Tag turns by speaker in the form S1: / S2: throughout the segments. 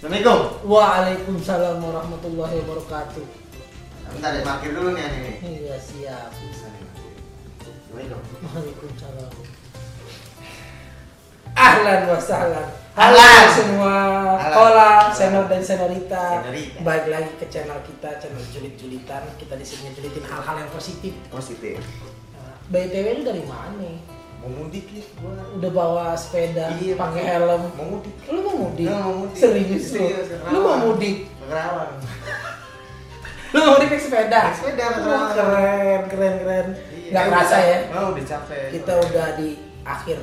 S1: Assalamualaikum.
S2: Waalaikumsalam warahmatullahi wabarakatuh.
S1: Bentar ya, parkir dulu nih aneh nih.
S2: Iya siap.
S1: Bentar ya, parkir. Assalamualaikum.
S2: Waalaikumsalam. Ahlan wa sahlan.
S1: Ahlan.
S2: Halo semua.
S1: Ahlan.
S2: Hola, senor dan senorita.
S1: Senorita.
S2: Baik lagi ke channel kita, channel julit-julitan. Kita di sini julitin hal-hal yang positif. Nah,
S1: Positif.
S2: BTW lu dari mana?
S1: Mau mudik ya gua.
S2: Udah bawa sepeda,
S1: Iya,
S2: Ya, pakai
S1: pakai.
S2: helm.
S1: Mau mudik.
S2: Lu mau mudik?
S1: Lu mau mudik.
S2: Serius lu?
S1: Serius, kenapa?
S2: Lu mau mudik?
S1: Ke Kerawang.
S2: Lu mau mudik naik sepeda?
S1: Naik sepeda,
S2: Wah,
S1: beneran.
S2: keren, keren, keren.
S1: Iya,
S2: Nggak
S1: udah
S2: kerasa
S1: capek.
S2: ya?
S1: Oh, udah capek.
S2: Kita udah di akhir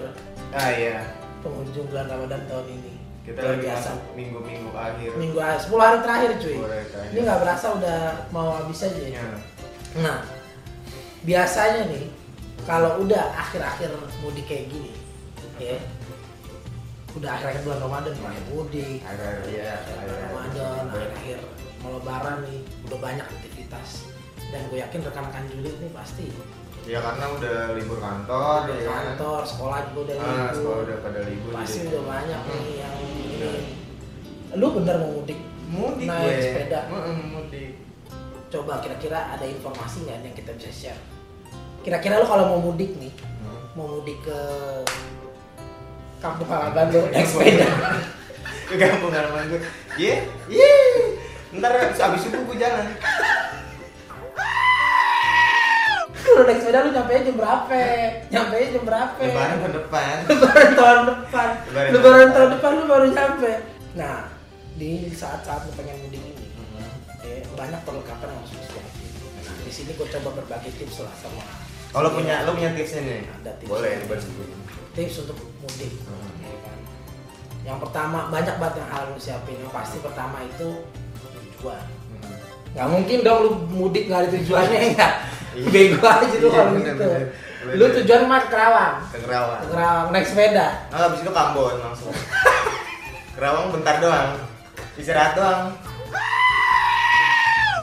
S1: Ah iya.
S2: penghujung bulan Ramadan tahun ini.
S1: Kita
S2: Luar
S1: lagi
S2: biasa.
S1: masuk minggu-minggu akhir.
S2: Minggu akhir, 10 hari terakhir cuy.
S1: 10 hari terakhir.
S2: Ini nggak berasa udah mau habis aja. ya.
S1: Ya.
S2: Nah, biasanya nih kalau udah akhir-akhir mudik kayak gini, ya udah akhir-akhir bulan Ramadan, akhir mudik,
S1: Akhir-akhir, iya,
S2: akhir bulan
S1: akhir-akhir.
S2: Ramadan, akhir-akhir mau Lebaran nih, udah banyak aktivitas. Dan gue yakin rekan-rekan julid nih pasti
S1: Ya karena udah libur kantor, ya kan?
S2: kantor, sekolah juga udah
S1: Ah,
S2: libur.
S1: sekolah udah pada libur.
S2: pasti
S1: jadi-
S2: udah banyak
S1: Hmm.
S2: nih yang
S1: Iya.
S2: lu bener mau mudik
S1: Mudik
S2: naik
S1: gue.
S2: sepeda
S1: Mm-mm, mudik.
S2: coba kira-kira ada informasi nggak yang kita bisa share kira-kira lu kalau mau mudik nih
S1: Hmm.
S2: mau mudik ke kampung halaman lu naik sepeda
S1: ke kampung halaman gue ye ye ntar abis, abis subuh gue jalan
S2: kalau naik sepeda lu nyampe jam berapa nyampe jam berapa
S1: lebaran ke depan
S2: lebaran tahun depan
S1: Lebaran
S2: lebaran
S1: tahun
S2: tahun depan lu baru nyampe nah di saat-saat lu pengen mudik ini eh, banyak perlengkapan yang harus lu siapin. Nah, di sini gue coba berbagi tips lah sama.
S1: kalau punya lo punya tipsnya nih
S2: Ada tips. Hmm.
S1: boleh dibantuin
S2: tips untuk mudik.
S1: Hmm.
S2: ya kan. Yang pertama banyak banget yang harus lu siapin. Yang pasti pertama itu tujuan. Gak mungkin dong lu mudik gak ada tujuannya ya.
S1: Iya.
S2: Bego aja lu
S1: Iya,
S2: kalau
S1: bener,
S2: gitu.
S1: bener.
S2: Lu tujuan mah ke Kerawang.
S1: ke
S2: Ke
S1: Kerawang
S2: Kerawang naik sepeda.
S1: nah, abis itu Kambon langsung Kerawang bentar doang istirahat doang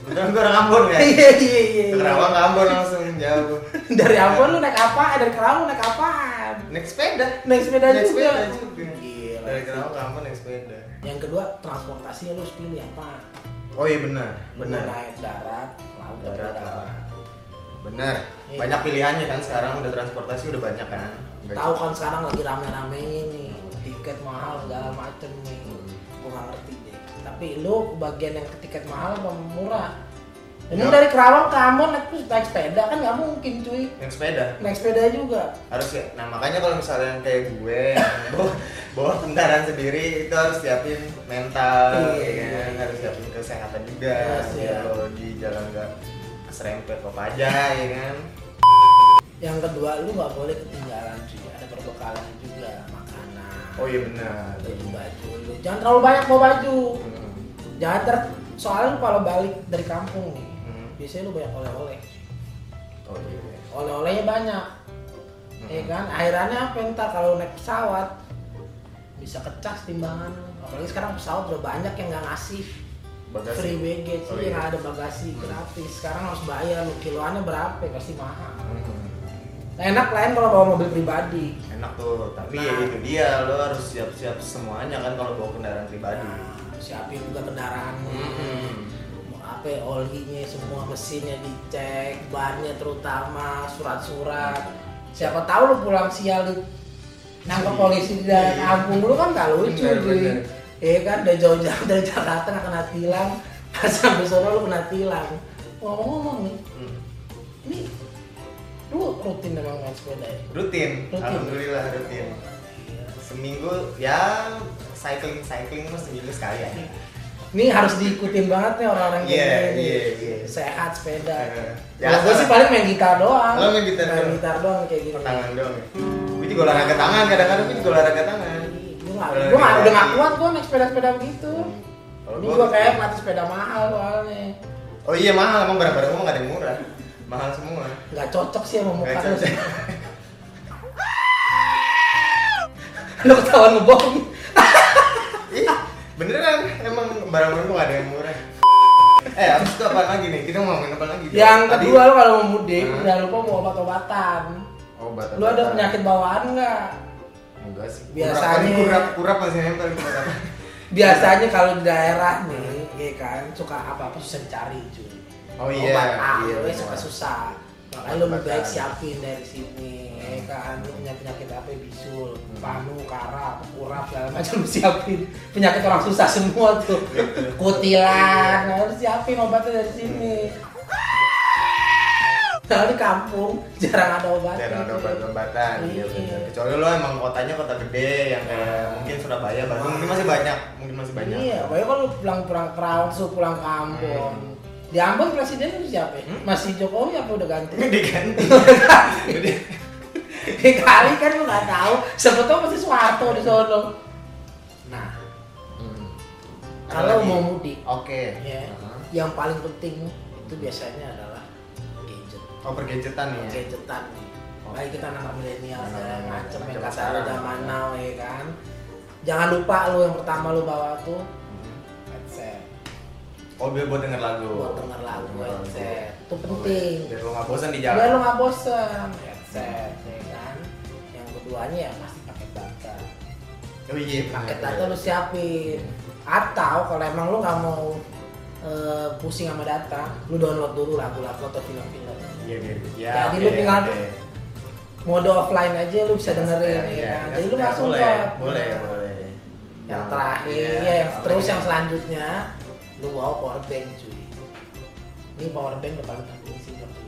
S1: Kebetulan gue orang Ambon kan
S2: Iya iya iya.
S1: ke Kerawang ke Ambon langsung jauh
S2: Dari Ambon lu naik apaan? Dari Kerawang lu naik apaan?
S1: naik sepeda
S2: Naik sepeda
S1: naik
S2: juga.
S1: sepeda juga
S2: Gila.
S1: dari Kerawang ke Ambon naik sepeda
S2: Yang kedua transportasinya lu harus pilih apa?
S1: oh iya benar benar
S2: Lu naik darat, laut,
S1: Darat,
S2: udara.
S1: laut. Bener,
S2: Iya.
S1: banyak pilihannya kan sekarang udah transportasi udah banyak kan. Nggak
S2: Tahu kan sekarang lagi rame-rame ini tiket mahal segala macem nih.
S1: Hmm.
S2: Gua nggak ngerti deh. Tapi lu bagian yang ke tiket mahal apa murah? Emang
S1: Ya.
S2: dari Kerawang ke Ambon naik, naik sepeda kan nggak mungkin cuy.
S1: Yang sepeda
S2: Naik sepeda juga.
S1: harus ya. Nah makanya kalau misalnya yang kayak gue yang bawa, bawa kendaraan sendiri itu harus siapin mental,
S2: Iya,
S1: ya kan?
S2: iya.
S1: harus siapin kesehatan juga.
S2: Yes,
S1: biar
S2: iya.
S1: Kalau di jalan nggak serempet apa aja, ya kan?
S2: Yang kedua lu nggak boleh ketinggalan cuy. Ada perbekalan juga makanan.
S1: Oh iya benar.
S2: baju baju lu. Jangan terlalu banyak bawa baju.
S1: Hmm.
S2: Jangan ter soalnya lu kalau balik dari kampung nih,
S1: Hmm.
S2: biasanya lu banyak oleh-oleh.
S1: Oh iya.
S2: oleh-olehnya banyak
S1: Hmm.
S2: ya kan airannya apa entar kalau naik pesawat bisa kecas timbangan apalagi sekarang pesawat udah banyak yang nggak ngasih
S1: Bagasi.
S2: free baggage
S1: Oh,
S2: iya,
S1: iya.
S2: nggak ada bagasi gratis sekarang harus bayar lu kiloannya berapa ya, pasti mahal
S1: Hmm.
S2: nah, enak lain kalau bawa mobil pribadi
S1: Enak tuh, tapi ya
S2: Nah.
S1: itu dia lo harus siap-siap semuanya kan kalau bawa kendaraan pribadi.
S2: nah, siapin juga kendaraannya
S1: Hmm.
S2: Mau apa ya, olinya semua mesinnya dicek bannya terutama surat-surat siapa tahu lu pulang sial lu nangkep polisi di daerah kampung lu kan gak lucu
S1: Bener,
S2: cuy
S1: Iya. bener.
S2: iya kan dari jauh-jauh dari Jakarta nggak kena tilang pas sampai sono lu kena tilang ngomong-ngomong nih
S1: Hmm.
S2: ini lu rutin memang main sepeda ya
S1: rutin,
S2: Rutin.
S1: alhamdulillah rutin Iya. seminggu ya cycling cycling mah seminggu sekali ya
S2: ini harus diikutin banget nih orang-orang kayak
S1: Iya,
S2: gini.
S1: iya, iya.
S2: sehat sepeda
S1: Eh,
S2: ya,
S1: ya,
S2: gue
S1: salah.
S2: sih paling main gitar doang
S1: Lo main gitar
S2: main
S1: doang.
S2: gitar doang kayak gitu
S1: tangan doang ya gue juga olahraga tangan kadang-kadang gue juga olahraga tangan
S2: gue nggak gue nggak udah nggak kuat gue naik sepeda sepeda begitu
S1: Kalau
S2: ini
S1: gua- gitu.
S2: gue kayak pelatih sepeda mahal soalnya
S1: oh iya mahal emang barang-barang gue nggak ada yang murah mahal semua
S2: nggak cocok sih sama muka
S1: Nggak
S2: lu
S1: cocok.
S2: lu ketawa ngebohong
S1: Iya. Ih, beneran emang barang-barang gue nggak ada yang murah eh abis itu apa lagi nih kita mau ngomongin apa lagi Dok?
S2: yang
S1: Tadi-
S2: kedua lu kalau mau mudik
S1: Hmm.
S2: jangan lupa mau obat-obatan
S1: obat
S2: lu ada penyakit bawaan nggak
S1: Oh, enggak sih
S2: Biasanya-
S1: kurap kurap masih nempel di kurap
S2: biasanya kalau di daerah nih ya kan suka apa apa susah dicari cuy
S1: Oh iya,
S2: obat A
S1: iya,
S2: iya,
S1: benar.
S2: suka susah makanya lu lebih baik
S1: Obat-obatan.
S2: siapin dari sini ya kan lu punya penyakit apa bisul
S1: Hmm.
S2: panu kara kurap segala macam lu siapin penyakit orang susah semua tuh kutilan
S1: Iya.
S2: harus siapin obatnya dari sini kalau di kampung jarang ada obatnya
S1: Dan ada
S2: cuy.
S1: obat-obatan
S2: gitu ya. Iya.
S1: iya bener. Kecuali lo emang kotanya kota gede yang kayak mungkin Surabaya, Bandung mungkin masih banyak, mungkin masih banyak.
S2: Iya, pokoknya kalau pulang pulang Kerawang, so pulang ke Ambon.
S1: Hmm.
S2: Di Ambon presiden itu siapa? ya? Masih Jokowi apa udah ganti?
S1: Diganti. Jadi
S2: Di kali kan lu nggak tahu. Sebetulnya masih Soeharto di sono. Nah,
S1: Hmm. Ada
S2: kalau
S1: lagi?
S2: mau mudik,
S1: oke. Uh-huh.
S2: ya,
S1: Heeh.
S2: yang paling penting itu biasanya adalah gadget,
S1: Oh, pergadgetan ya.
S2: gadgetan.
S1: Oh.
S2: Baik kita anak milenial
S1: Anak
S2: segala
S1: milenial,
S2: macam yang
S1: macam
S2: kata lu
S1: sekarang.
S2: zaman now ya kan. Jangan lupa lu yang pertama lu bawa tuh headset.
S1: Oh, biar buat denger lagu.
S2: buat denger lagu
S1: Denger
S2: headset itu penting
S1: Biar lo nggak bosan di
S2: biar
S1: jalan.
S2: lo nggak bosen headset ya kan yang keduanya ya pasti paket data
S1: Oh iya, bener.
S2: paket data lo siapin atau kalau emang lo nggak mau eh, pusing sama data lo download dulu lagu-lagu atau film-film
S1: Iya, biar. Ya,
S2: Jadi
S1: oke,
S2: lo tinggal
S1: oke.
S2: mode offline aja lo bisa
S1: Iya,
S2: dengerin
S1: iya,
S2: ya kan jadi lo
S1: iya,
S2: langsung
S1: boleh,
S2: dapet.
S1: boleh, boleh.
S2: yang terakhir
S1: iya,
S2: ya, yang
S1: oke.
S2: terus yang selanjutnya lo bawa power bank cuy ini power bank udah paling penting sih buat gue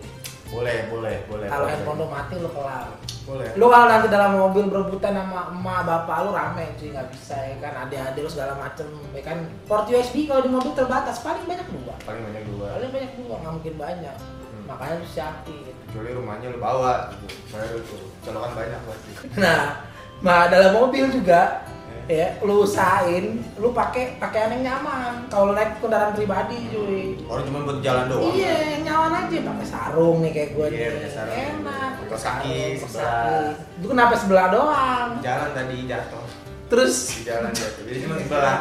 S1: boleh, boleh, boleh.
S2: kalau
S1: boleh.
S2: handphone lo mati lo kelar
S1: boleh.
S2: lu kalau nanti dalam mobil berebutan sama emak bapak lu rame cuy nggak bisa ya kan adik-adik lu segala macem ya kan port USB kalau di mobil terbatas paling banyak dua
S1: Paling banyak dua.
S2: paling banyak dua nggak mungkin banyak
S1: Hmm.
S2: makanya lu siapin
S1: Kecuali rumahnya lo bawa, baru tuh colokan banyak pasti.
S2: nah nah dalam mobil juga
S1: Eh.
S2: ya lu usahain lu pakai pakaian yang nyaman kalau naik kendaraan pribadi cuy
S1: Orang cuma buat jalan Hmm. doang. kan?
S2: Iya, yang nyaman aja pakai sarung nih kayak gue
S1: Iya,
S2: nih.
S1: pakai sarung.
S2: Enak.
S1: Kaos kaki,
S2: Sarung, kaos
S1: sebelah.
S2: kaki. Itu kenapa sebelah doang?
S1: Jalan tadi jatuh,
S2: Terus
S1: di jalan jatuh. Jadi cuma gitu sebelah.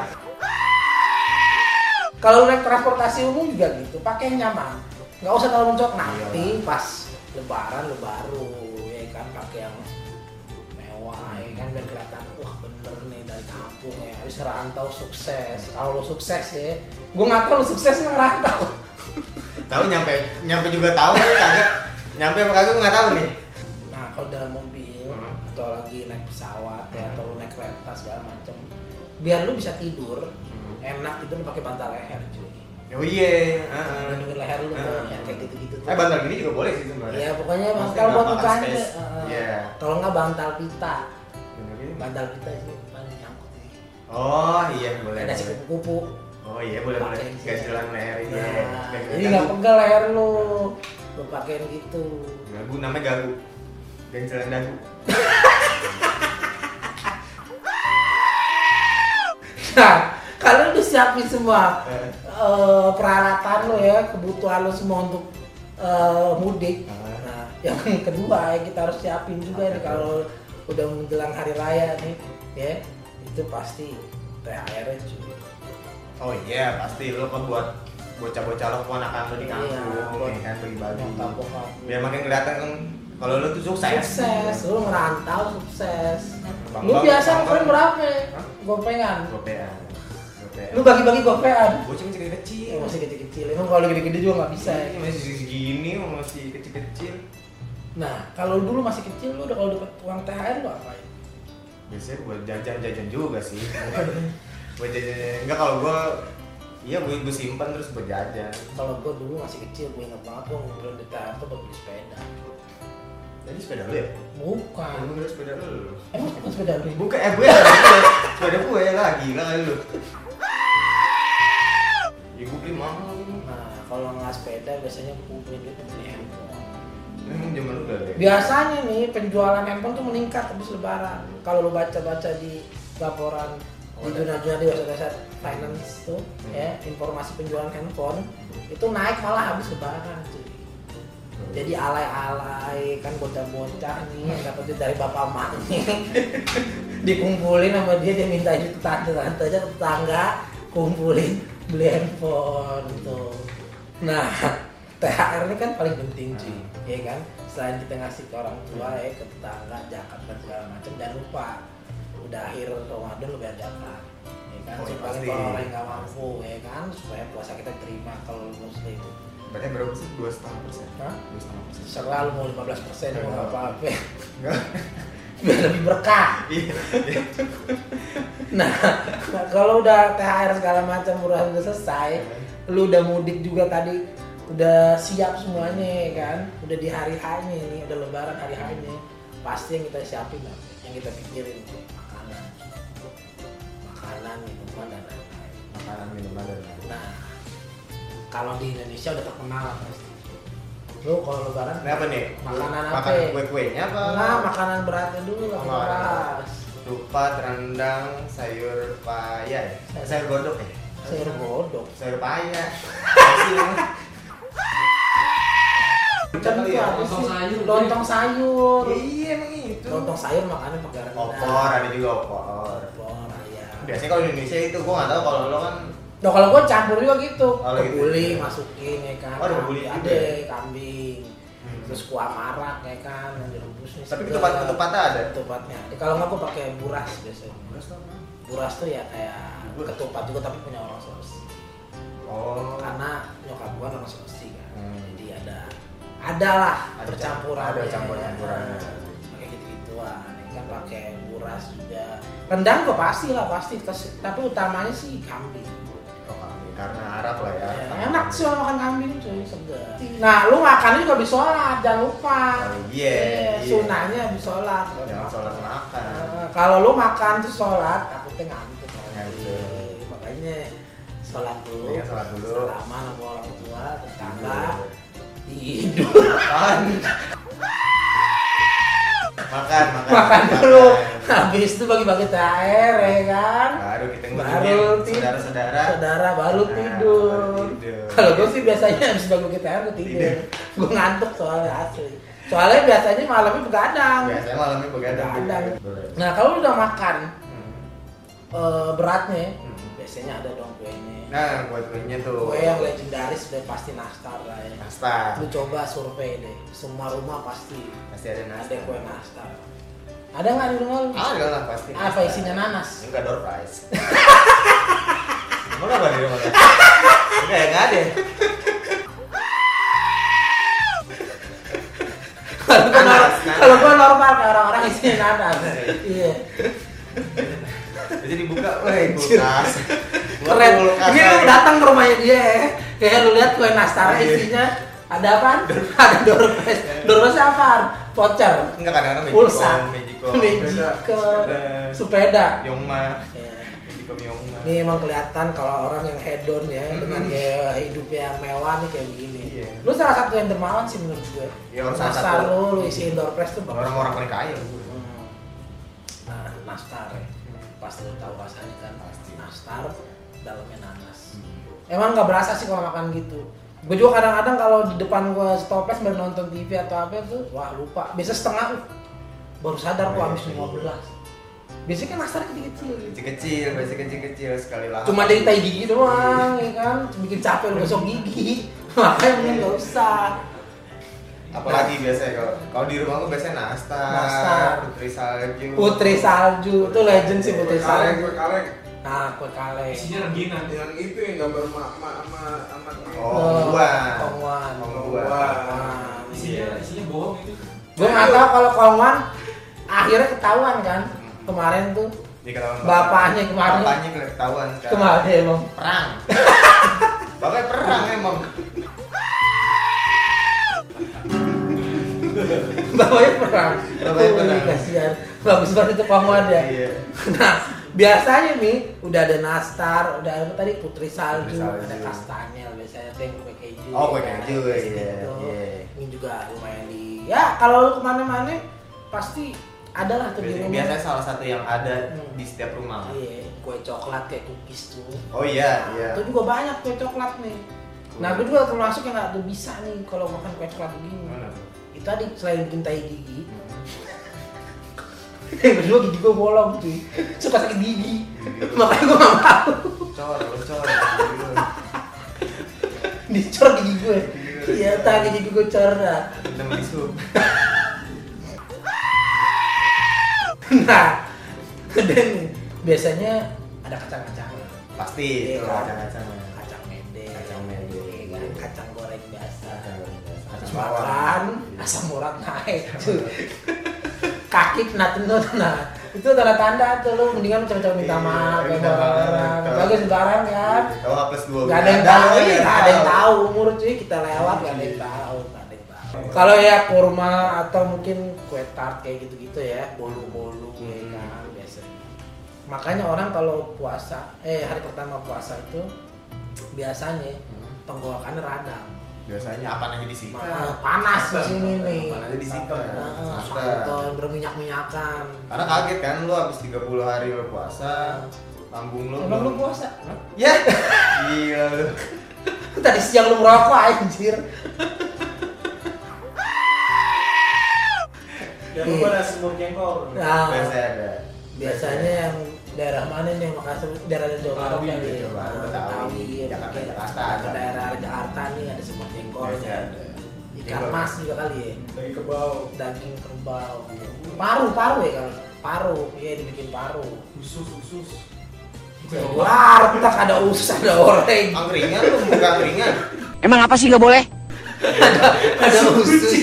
S2: Kalau naik transportasi umum juga gitu, pakai yang nyaman. Nggak usah terlalu mencok nanti
S1: Iya.
S2: pas lebaran lu baru ya kan pakai yang mewah ya kan biar kelihatan wah bener nih dari kampung ya habis ngerantau sukses kalau lu sukses ya gue ngaku lu sukses lu ngerantau
S1: Tahu nyampe, nyampe juga tahu tapi kagak. Nyampe apa kagak gue nggak tahu nih.
S2: nah kalau dalam mobil
S1: Hmm.
S2: atau lagi naik pesawat ya
S1: Hmm.
S2: atau lu naik kereta segala macem biar lu bisa tidur
S1: Hmm.
S2: enak tidur lu pakai bantal leher cuy
S1: Oh iya. heeh.
S2: Nunjukin leher lu tuh
S1: Heeh.
S2: yang kayak gitu-gitu tuh.
S1: Eh bantal gini juga boleh sih sebenarnya.
S2: Iya pokoknya
S1: Maksudnya
S2: bantal buat
S1: nggak makan
S2: mukanya.
S1: space.
S2: Heeh.
S1: Iya.
S2: Kalau eh, nggak bantal pita,
S1: Bener ini.
S2: bantal pita itu paling nyangkut. nih.
S1: Oh iya Iya, boleh.
S2: Ada si
S1: boleh.
S2: kupu-kupu.
S1: Oh iya boleh boleh.
S2: Pakai sih.
S1: Gak jalan leher ini.
S2: Nah, jadi
S1: gitu.
S2: nggak pegel leher lu. Lu pakein gitu.
S1: Gagu namanya gagu. Gencelan dagu.
S2: Nah, kalau lu siapin semua
S1: Eh.
S2: eh, peralatan lu ya, kebutuhan lu semua untuk eh, mudik.
S1: Heeh.
S2: Nah, yang kedua yang kita harus siapin juga nih kalau udah menjelang hari raya nih, ya itu pasti THR-nya cuy.
S1: Oh iya pasti lo kan buat bocah-bocah lo keponakan lo di kampung,
S2: Iya,
S1: iya,
S2: buat
S1: kan bagi bagi.
S2: nyokap, bokap.
S1: Biar makin kelihatan kan kalau lo tuh sukses.
S2: sukses lu ngerantau sukses
S1: Bang,
S2: lu
S1: bang,
S2: biasa
S1: bang,
S2: ngomongin
S1: bang.
S2: berapa
S1: Hah?
S2: gopengan
S1: Gopean. Gopean.
S2: lu bagi-bagi gopean
S1: Gue cuma
S2: ya,
S1: kecil.
S2: masih kecil-kecil emang kalau gede-gede juga nggak bisa ya
S1: Iya, masih segini masih kecil-kecil.
S2: nah kalau dulu masih kecil lu udah kalau dapet uang THR lu apain
S1: biasanya buat jajan-jajan juga sih buat jajan enggak kalau gua iya gue gue simpan terus buat jajan
S2: kalau gua dulu masih kecil gua ingat banget gua ngumpulin di THR tuh buat beli sepeda
S1: jadi sepeda lu ya
S2: bukan
S1: Emang udah sepeda lu
S2: emang bukan sepeda beli
S1: buka eh gue sepeda gue. sepeda gue lah gila kali lu ya gue beli mahal
S2: nah kalau nggak sepeda biasanya gua kumpulin duit buat beli handphone
S1: memang zaman lu udah ada ya?
S2: Biasanya nih penjualan handphone tuh meningkat habis lebaran. Kalau lu baca-baca di laporan
S1: Oh,
S2: di
S1: ada. Hmm.
S2: jurnal-jurnal di website finance tuh ya informasi penjualan handphone itu naik malah habis lebaran cuy. Jadi alay-alay kan bocah-bocah nih yang dapat duit dari bapak emaknya dikumpulin sama dia dia minta duit ke tante-tante aja ke tetangga kumpulin beli handphone tuh. Nah THR ini kan paling penting cuy,
S1: Hmm.
S2: ya kan? Selain kita ngasih ke orang tua ya ke tetangga, zakat dan segala macam, jangan lupa udah akhir Ramadan lu bayar zakat, ya kan
S1: Oh, iya,
S2: supaya
S1: pasti.
S2: kita orang yang nggak mampu ya kan supaya puasa kita terima kalau lulus itu
S1: Berarti berapa sih? Dua setengah persen.
S2: Hah?
S1: Dua setengah persen.
S2: selalu mau 15 persen mau
S1: Nggak.
S2: apa apa
S1: Enggak.
S2: biar lebih berkah
S1: Iya. iya.
S2: nah kalau udah THR segala macam udah udah selesai lu udah mudik juga tadi udah siap semuanya ya kan udah di hari hanya ini udah lebaran hari hanya pasti yang kita siapin apa? yang kita pikirin tuh makanan makanan minuman dan lain-lain
S1: Makanan minuman dan lain-lain.
S2: nah kalau di Indonesia udah terkenal lah pasti lu kalau lebaran
S1: Ini apa nih?
S2: Makanan apa?
S1: Makanan kue-kuenya Nah, apa?
S2: nah makanan beratnya dulu lah
S1: Makanan.
S2: keras
S1: Dupa, rendang, sayur paya ya? Sayur godok ya?
S2: sayur godok
S1: Sayur paya Apa sih namanya?
S2: kan
S1: Kali
S2: itu
S1: ya?
S2: apa
S3: lontong
S2: sih?
S3: sayur.
S2: lontong sayur
S1: Iya emang itu
S2: lontong sayur makannya pakai rendang
S1: Opor, Iya. ada juga opor
S2: opor ayam
S1: Biasanya kalau di Indonesia itu, gua nggak tahu kalau lo kan
S2: Nah kalau gue campur juga gitu,
S1: Oh, gitu.
S2: kebuli masukin ya kan,
S1: Oh, ada kebuli juga
S2: ada
S1: ya?
S2: kambing,
S1: Hmm.
S2: terus kuah marak ya kan, yang direbus nih.
S1: Tapi
S2: segala.
S1: ketupat ketupatnya ada
S2: ketupatnya. Eh, kalau nggak gue pakai buras biasanya. Buras tuh ya kayak
S1: Buras.
S2: ketupat juga tapi punya orang Sulawesi.
S1: Oh
S2: Karena nyokap gue orang Sulawesi kan,
S1: Hmm.
S2: jadi ada ada lah
S1: Ada
S2: percampuran ya. Nah,
S1: ada campur-campurannya.
S2: pakai gitu-gituan ya kan pakai buras juga rendang gue pasti lah pasti Terus- tapi utamanya sih kambing
S1: Oh, kambing. karena Arab lah ya
S2: Ya, enak sih orang makan kambing cuy, segar. Nah, lu makannya juga habis sholat, jangan lupa.
S1: Oh, iya, iya.
S2: Sunahnya habis sholat.
S1: Jangan sholat makan
S2: Nah, kalau lu makan terus sholat, takutnya ngantuk.
S1: Ngantuk.
S2: Iya, Makanya sholat dulu.
S1: Iya, sholat dulu.
S2: Salaman sama orang tua, tetangga,
S1: Iya.
S2: tidur.
S1: Makan Makan, makan
S2: makan dulu.
S1: makan.
S2: Habis itu bagi-bagi THR ya kan.
S1: Baru kita
S2: Baru
S1: ngeliatin
S2: tidur.
S1: saudara-saudara
S2: Saudara baru
S1: Nah,
S2: tidur.
S1: baru tidur.
S2: Kalau gue sih biasanya habis bangun THR gue tidur.
S1: Tidur.
S2: gue ngantuk soalnya asli. Soalnya biasanya malamnya begadang.
S1: Biasanya malamnya begadang
S2: Begadang.
S1: Boleh.
S2: Nah kalau udah makan
S1: Hmm.
S2: eh, beratnya,
S1: Hmm.
S2: biasanya ada dong kuenya.
S1: Nah, buat kuenya tuh.
S2: Kue yang legendaris udah pasti nastar lah ya.
S1: nastar.
S2: Lu coba survei deh, semua rumah pasti
S1: Pasti ada
S2: ada
S1: nastar.
S2: kue nastar. Ada nggak di rumah lu?
S1: Ada lah pasti.
S2: Apa
S1: nastar.
S2: isinya nanas?
S1: Enggak door prize. Emang apa di rumah? lu? Enggak, enggak ada.
S2: Kalau gua
S1: Nanas,
S2: nor-
S1: nanas.
S2: Kalau gua normal kayak orang-orang isinya nanas. Iya.
S1: Jadi dibuka, weh,
S2: Anjir.
S1: kulkas. Buat
S2: Keren.
S1: kulkas,
S2: Ini lu
S1: weh.
S2: datang ke rumahnya dia ya. Kayak lu lihat kue nastar
S1: Iya.
S2: isinya ada apa? Ada dorpes. Dorpes apa? Voucher.
S1: Enggak kan, kadang-kadang
S2: Pulsa.
S1: Magicom,
S2: Magical. Sepeda.
S1: Yongma,
S2: Ya.
S1: Magicom Yongma.
S2: Ini emang kelihatan kalau orang yang hedon ya dengan gaya hidupnya yang mewah nih kayak begini.
S1: Iya.
S2: Lu salah satu yang dermawan sih menurut gue.
S1: Iya, orang salah
S2: Nastar
S1: satu.
S2: lu, lu isiin dorpes tuh bagus.
S1: Orang-orang paling kaya.
S2: Hmm. Nah, nastar ya. Pasti lu tahu rasanya kan.
S1: Iya. Pasti. Mm.
S2: Nastar dalamnya nanas. Emang nggak berasa sih kalau makan gitu. Gue juga kadang-kadang kalau di depan gue stopes baru nonton TV atau apa tuh, wah lupa. Biasa setengah uh, baru sadar
S1: Iya,
S2: gue habis 15. Biasanya kan nastar kecil-kecil. gitu.
S1: Kecil-kecil, biasanya kecil-kecil sekali lah.
S2: Cuma dari tai gigi doang, ya kan? Bikin capek lu gosok gigi. Makanya mending nggak usah.
S1: Apalagi biasanya kalau kalau di rumah gua biasanya nastar,
S2: Nastar.
S1: putri salju.
S2: Putri salju, itu legend sih putri
S4: kaleng
S2: salju.
S4: gue kaleng
S2: Nah, kue kaleng.
S3: Isinya rengginang.
S4: yang itu yang gitu ya, gambar mak mak mak anak
S1: Oh, Kongguan.
S2: Kongguan.
S1: Kongguan.
S3: Isinya isinya bohong itu.
S2: Gue nggak tahu kalau Kongguan akhirnya ketahuan kan kemarin tuh
S1: Jadi ketahuan
S2: Bapaknya kemarin.
S1: Bapaknya ketahuan kan.
S2: kemarin Iya. emang.
S1: Perang. Bapaknya perang emang.
S2: Bapaknya perang.
S1: Bapaknya perang.
S2: Ih, Kasihan. Bagus banget itu Kongguan ya.
S1: Iya.
S2: Nah, biasanya nih udah ada nastar, udah ada tadi putri salju,
S1: Putri salju.
S2: ada kastanyel biasanya ada yang kue keju.
S1: Oh, kue
S2: ya,
S1: keju,
S2: pasti
S1: iya,
S2: gitu.
S1: iya.
S2: Ini juga lumayan di ya kalau lu kemana-mana pasti ada lah tuh di
S1: Biasanya,
S2: rumah.
S1: biasanya salah satu yang ada
S2: Hmm.
S1: di setiap rumah.
S2: Iya, kue coklat kayak cookies tuh. Nah,
S1: Oh iya, iya.
S2: Itu juga banyak kue coklat nih. Nah, gue juga termasuk yang nggak tuh bisa nih kalau makan kue coklat begini.
S1: Mana?
S2: Itu tadi selain bikin tai gigi, yang kedua gigi gue bolong cuy. Suka sakit gigi, makanya gue nggak mau
S1: Cor, lo cor.
S2: dicor gigi gue. Iya, tadi gigi gue cor. dah.
S1: Dendam bisu.
S2: Nah, dan biasanya ada kacang-kacangan
S1: Pasti
S2: Iya.
S1: kalau kacang-kacangan.
S2: kacang mede
S1: Kacang mede.
S2: iya kan? kacang goreng biasa
S1: Kacang goreng biasa.
S2: terus
S1: Kacang
S2: makan
S1: bawang.
S2: asam urat naik tuh kaki kena tendon nah itu tanda-tanda tuh lu mendingan lu coba-coba minta
S1: Iya,
S2: maaf ya
S1: minta maaf.
S2: orang bagus sekarang kan
S1: Kalau Oh, A plus dua.
S2: Gak ada yang tahu, iya, gak ada yang tahu Iya. umur cuy kita lewat gak ada yang tahu, gak ada yang tahu. Kalau ya kurma atau mungkin kue tart kayak gitu-gitu ya, bolu-bolu ya kan biasanya. Makanya orang kalau puasa, eh hari pertama puasa itu biasanya tenggorokannya radang.
S1: Biasanya apa aja disita?
S2: Nah, panas di sini nih.
S1: Apaan aja ya? disita?
S2: Nah,
S1: Sita.
S2: santan, berminyak-minyakan.
S1: Karena kaget kan lu habis 30 hari lu puasa, lambung lu.
S2: Emang lu puasa?
S1: Ya. Gila lu.
S2: Tadi siang lu merokok anjir.
S3: Dan gue ada semur jengkol.
S2: Nah,
S1: Biasa ada.
S2: biasanya yang daerah mana nih yang Makassar daerah Jawa Barat
S1: Betawi,
S2: kali
S1: Jawa Barat,
S2: Nah,
S1: Betawi,
S2: Betawi,
S1: Jakarta,
S2: mungkin
S1: Jakarta ada.
S2: daerah Jakarta nih ada semua jengkol
S1: Biasa
S2: ya
S1: ada.
S2: ikan
S1: Jengkol.
S2: mas juga kali ya
S4: Lagi ke bawah.
S2: daging kerbau paru paru ya kalau paru iya dibikin paru
S3: Usus usus.
S2: Wah, tak ada usus ada oreng
S1: Angkringan lu buka angkringan.
S5: Emang apa sih nggak boleh?
S2: ada usus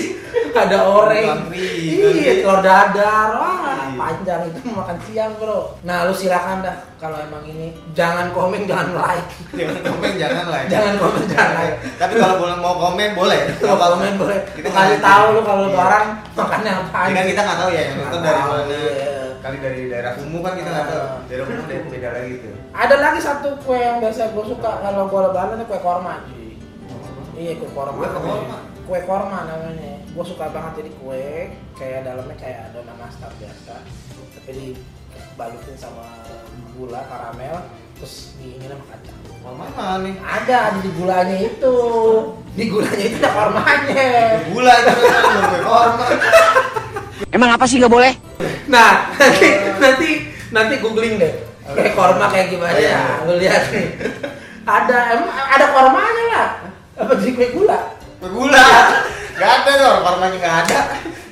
S2: ada oreng
S1: Angkringan.
S2: Iya, telur dadar, wah
S1: Iya.
S2: panjang itu makan siang bro. Nah lu silakan dah kalau emang ini jangan komen jangan like.
S1: Jangan komen jangan lah. ya.
S2: Jangan komen, jangan lah.
S1: Tapi kalau boleh mau komen boleh.
S2: Kalau komen boleh,
S1: Kita
S2: kita kasih
S1: nggak-
S2: tahu lu kalau lu
S1: Iya.
S2: orang makannya apaan.
S1: Ini kan kita nggak tahu ya yang
S2: Nggak
S1: nonton dari
S2: tahu,
S1: mana.
S2: iya.
S1: Kali dari daerah kumuh kan kita nggak tahu.
S2: Ah.
S1: Daerah kumuh dari beda lagi tuh.
S2: Ada lagi satu kue yang biasa gue suka kalau gue lebaran itu kue korma. Iya kue korma.
S1: Kue korma?
S2: Kue korma namanya. Gue suka banget jadi kue kayak dalamnya kayak adonan nastar biasa, tapi dibalutin sama gula karamel terus diingin sama kacang.
S1: Mau mana nih?
S2: Ada ada di gulanya itu. Di gulanya itu ada kormanya.
S1: Gula itu kan belum kue korma.
S5: Emang apa sih nggak boleh?
S2: Nah, nanti nanti nanti googling deh. Kayak korma kayak gimana
S1: Oh, iya.
S2: ya? Lu lihat nih. Ada emang ada kormanya lah. Apa jadi kue gula?
S1: Kue gula. Gak ada dong, kormanya gak ada.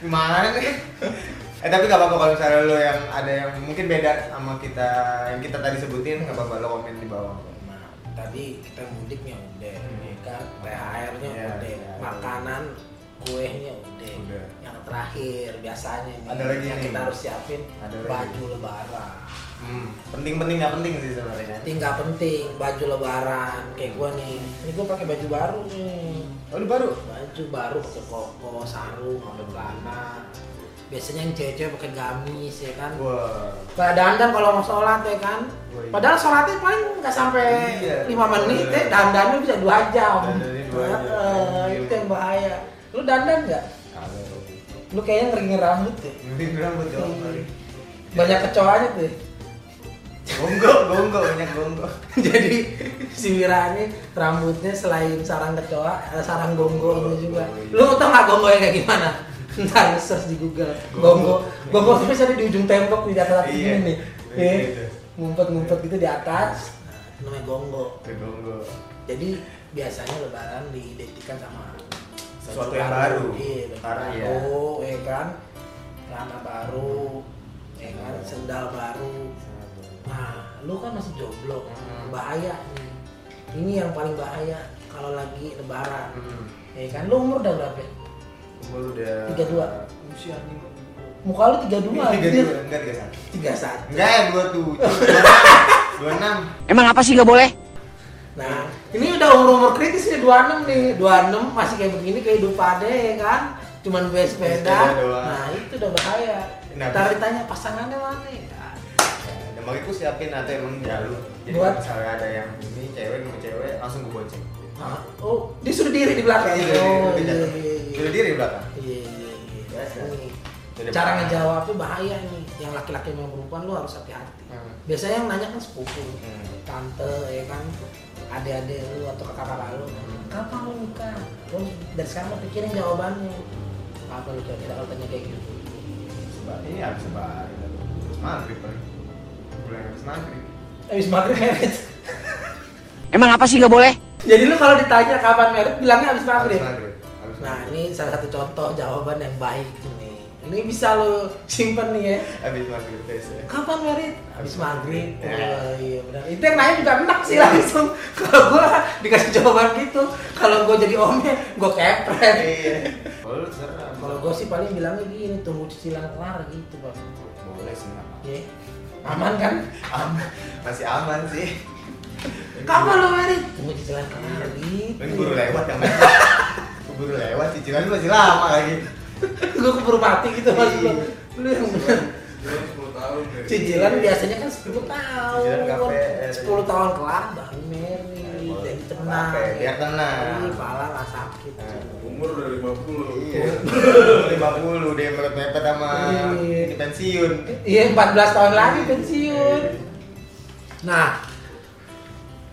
S1: Gimana nih? Eh tapi gak apa-apa kalau misalnya lo yang ada yang mungkin beda sama kita yang kita tadi sebutin gak apa-apa lo komen di bawah.
S2: Nah, tadi kita mudiknya udah,
S1: Hmm.
S2: ya kan THR-nya
S1: Iya,
S2: udah,
S1: iya.
S2: makanan kuenya udah.
S1: Udah.
S2: Yang terakhir biasanya nih,
S1: Ada lagi
S2: yang
S1: nih.
S2: kita harus siapin
S1: Ada lagi.
S2: baju lebaran.
S1: Hmm, penting-penting gak penting sih sebenarnya.
S2: Penting nggak penting baju lebaran kayak gua nih. Ini gua pakai baju baru nih.
S1: Oh lu baru?
S2: baju baru pakai koko sarung pakai celana biasanya yang cewek-cewek pakai gamis ya kan
S1: Wah.
S2: keadaan dandan kalau mau sholat ya kan
S1: Wah, iya.
S2: padahal sholatnya paling nggak sampai
S1: Iya.
S2: lima menit ya dandannya bisa dua jam
S1: Dandannya dua jam. iya.
S2: Heeh, itu yang bahaya lu dandan nggak
S1: Kalau
S2: lu kayaknya ngeringin rambut deh
S1: mungkin rambut jauh kali.
S2: banyak kecoanya tuh
S1: Gonggong, gonggong, banyak gonggong.
S2: jadi si Wira ini rambutnya selain sarang kecoa ada sarang gonggong juga lu tau nggak gonggongnya kayak gimana ntar lu search di Google gonggong gonggong itu biasanya di ujung tembok di atas atas
S1: Iya.
S2: ini nih
S1: Iya,
S2: Iya.
S1: gitu.
S2: ngumpet-ngumpet gitu di atas Nah, itu namanya gonggong
S1: Ke gonggong.
S2: jadi biasanya lebaran diidentikan sama
S1: Sesuatu yang baru.
S2: iya baju
S1: Karena ya.
S2: baru ya kan celana baru ya kan sendal baru Nah, lu kan masih jomblo,
S1: Hmm.
S2: bahaya nih. Ini yang paling bahaya kalau lagi lebaran.
S1: Hmm.
S2: Ya kan, lu umur udah berapa? ya?
S1: Umur udah
S2: 32.
S3: Usia anjing.
S2: Muka lu
S1: Iya,
S2: 32
S1: Tiga
S2: anjir.
S1: dua, enggak tiga satu.
S2: 31.
S1: Enggak ya, dua tujuh, dua enam.
S5: Emang apa sih nggak boleh?
S2: Nah, ini udah umur-umur kritis nih 26 nih. 26 masih kayak begini kehidupannya ya kan. Cuman gue sepeda.
S1: Sepeda doang.
S2: Nah, itu udah bahaya.
S1: Nah,
S2: Ntar ditanya pasangannya mana ya.
S1: Dan makanya gue siapin atau emang jalu. Jadi
S2: Buat?
S1: kalau misalnya ada yang ini cewek sama cewek langsung gue bonceng.
S2: Hah? Oh, dia suruh diri di belakang.
S1: Iya, iya,
S2: Oh,
S1: iya.
S2: iya, iya, iya.
S1: Sudah diri di belakang.
S2: Iya, iya, iya.
S1: Biasa.
S2: Ini.
S1: Sudah di
S2: cara
S1: belakang.
S2: ngejawabnya bahaya nih yang laki-laki mau perempuan lu harus hati-hati
S1: Hmm.
S2: biasanya yang nanya kan sepupu
S1: Hmm.
S2: tante ya kan adik-adik lu atau kakak-kakak lu kapan lu nikah lu dari sekarang lu pikirin jawabannya kapan lu kira-kira kalau tanya kayak gitu
S1: Sebab ini harus sebab. Terus maghrib kan. Bulan harus maghrib.
S2: abis Eh, maghrib merit
S5: Emang apa sih nggak boleh?
S2: jadi lu kalau ditanya kapan merit bilangnya abis
S1: Harus
S2: maghrib
S1: maghrib. Harus
S2: nah ini salah satu contoh jawaban yang baik nih Ini bisa lo simpen nih ya.
S1: Habis maghrib tes ya.
S2: Kapan merit? Habis maghrib.
S1: Ya.
S2: Wah, iya benar. Itu yang nanya juga enak sih langsung. Kalau gua dikasih jawaban gitu, kalau gua jadi omnya, gua kepret.
S1: Iya. Kalau lu serah.
S2: Kalau gua sih paling bilangnya gini, tunggu cicilan kelar gitu bang.
S1: boleh sih nggak apa-apa.
S2: Ya. Aman kan?
S1: Aman. Masih aman sih.
S2: Kapan lo merit? Tunggu cicilan kelar gitu.
S1: Ini buru lewat kan. Keburu lewat cicilan gua masih lama lagi.
S2: Gua keburu mati gitu mas. Lu
S1: Iya.
S2: lu yang bener.
S4: Cicilan 10 tahun deh.
S2: Cicilan biasanya kan 10 tahun.
S1: Cicilan eh, KPR.
S2: 10 tahun kelar baru merit.
S1: Boleh.
S2: Jadi tenang.
S1: Oke, biar tenang. Nah.
S2: Ini pala nggak sakit.
S4: Umur udah 50
S1: Iya. 50 deh menurut mepet sama
S2: Iya.
S1: di pensiun.
S2: Iya, 14 tahun lagi pensiun. Nah,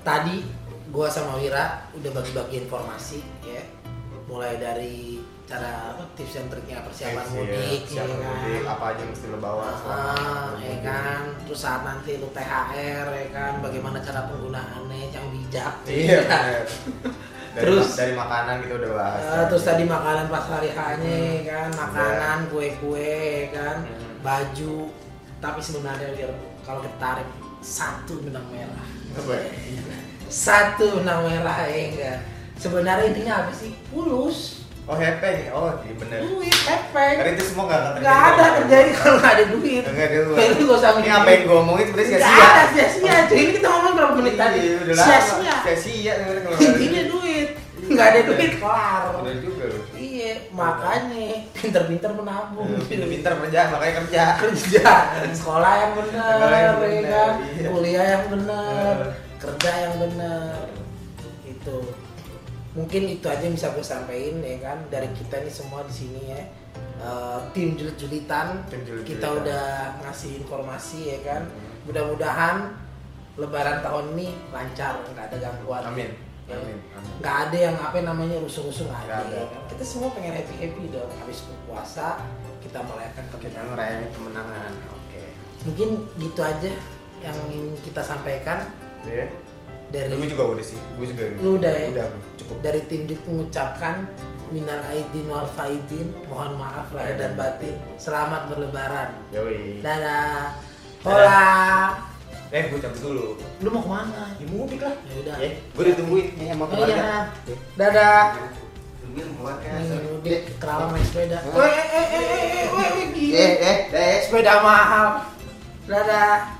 S2: tadi gua sama Wira udah bagi-bagi informasi ya. Mulai dari cara apa, tips and triknya persiapan
S1: Iya,
S2: mudik, ya
S1: Siapa mudik,
S2: kan?
S1: apa aja yang mesti lo bawa selama
S2: Ah, ya
S1: mudik.
S2: kan, terus saat nanti lu THR ya kan, bagaimana cara penggunaannya yang bijak.
S1: Iya.
S2: ya kan?
S1: bener. Dari,
S2: Terus-
S1: dari makanan kita udah bahas.
S2: Eh, terus tadi makanan pas hari hanya kan, makanan, kue-kue ya kan,
S1: Iya. Hmm.
S2: baju. Tapi sebenarnya Lir, kalau kita tarik satu benang merah,
S1: Apa ya?
S2: satu benang merah ya enggak. Sebenarnya intinya apa sih? Pulus,
S1: Oh hepeng, oh iya bener.
S2: duit,
S1: Karena
S2: efek.
S1: itu semua nggak akan terjadi.
S2: Gak ada terjadi kalau nggak ada duit.
S1: Nggak ada duit.
S2: Jadi gak usah
S1: Ini apa yang gue omongin sebenarnya
S2: Gak
S1: sia-sia.
S2: ada sia-sia. Jadi ini kita ngomong berapa menit tadi?
S1: Iya, udah lama.
S2: Sia-sia.
S1: Sia-sia sebenarnya kalau nggak ada
S2: Intinya
S1: duit.
S2: duit. Gak ada duit kelar.
S1: Bener juga loh.
S2: Iya, makanya pinter-pinter menabung.
S1: Iya, Pinter-pinter kerja, makanya kerja.
S2: kerja sekolah yang benar
S1: Sekolah yang
S2: ya
S1: benar,
S2: kan?
S1: iya.
S2: kuliah yang benar
S1: Benar.
S2: kerja yang benar itu mungkin itu aja yang bisa gue sampaikan ya kan dari kita nih semua di sini ya Eh, tim julit-julitan
S1: Tim julit-julitan.
S2: kita udah ngasih informasi ya kan mudah-mudahan lebaran tahun ini lancar nggak ada gangguan
S1: Amin.
S2: Ya.
S1: Amin. Amin.
S2: nggak ada yang apa namanya rusuh-rusuh nggak ada,
S1: Nggak ada.
S2: ya kan? kita semua pengen happy happy dong habis puasa kita merayakan
S1: Kita
S2: kemenangan
S1: ngerayain kemenangan. Oke.
S2: mungkin gitu aja yang ingin kita sampaikan
S1: Iya.
S2: dari
S1: Gue juga udah sih, gue juga
S2: Lu udah ya?
S1: Udah, cukup
S2: dari tim Dik mengucapkan minal aidin wal faidin mohon maaf lahir dan batin selamat berlebaran
S1: Yoi
S2: dadah hola
S1: Eh, gue cabut dulu
S2: lu mau kemana
S1: Ya mudik lah
S2: ya udah
S1: Ya, gue ditungguin ya, Ya, sama
S2: oh
S1: keluarga
S2: iya dadah
S4: Mungkin keluarga.
S2: Nih, udah kerawang main sepeda
S1: Iya. Eh.
S2: Weh, eh eh eh eh eh eh, gini
S1: eh, eh
S2: sepeda mahal dadah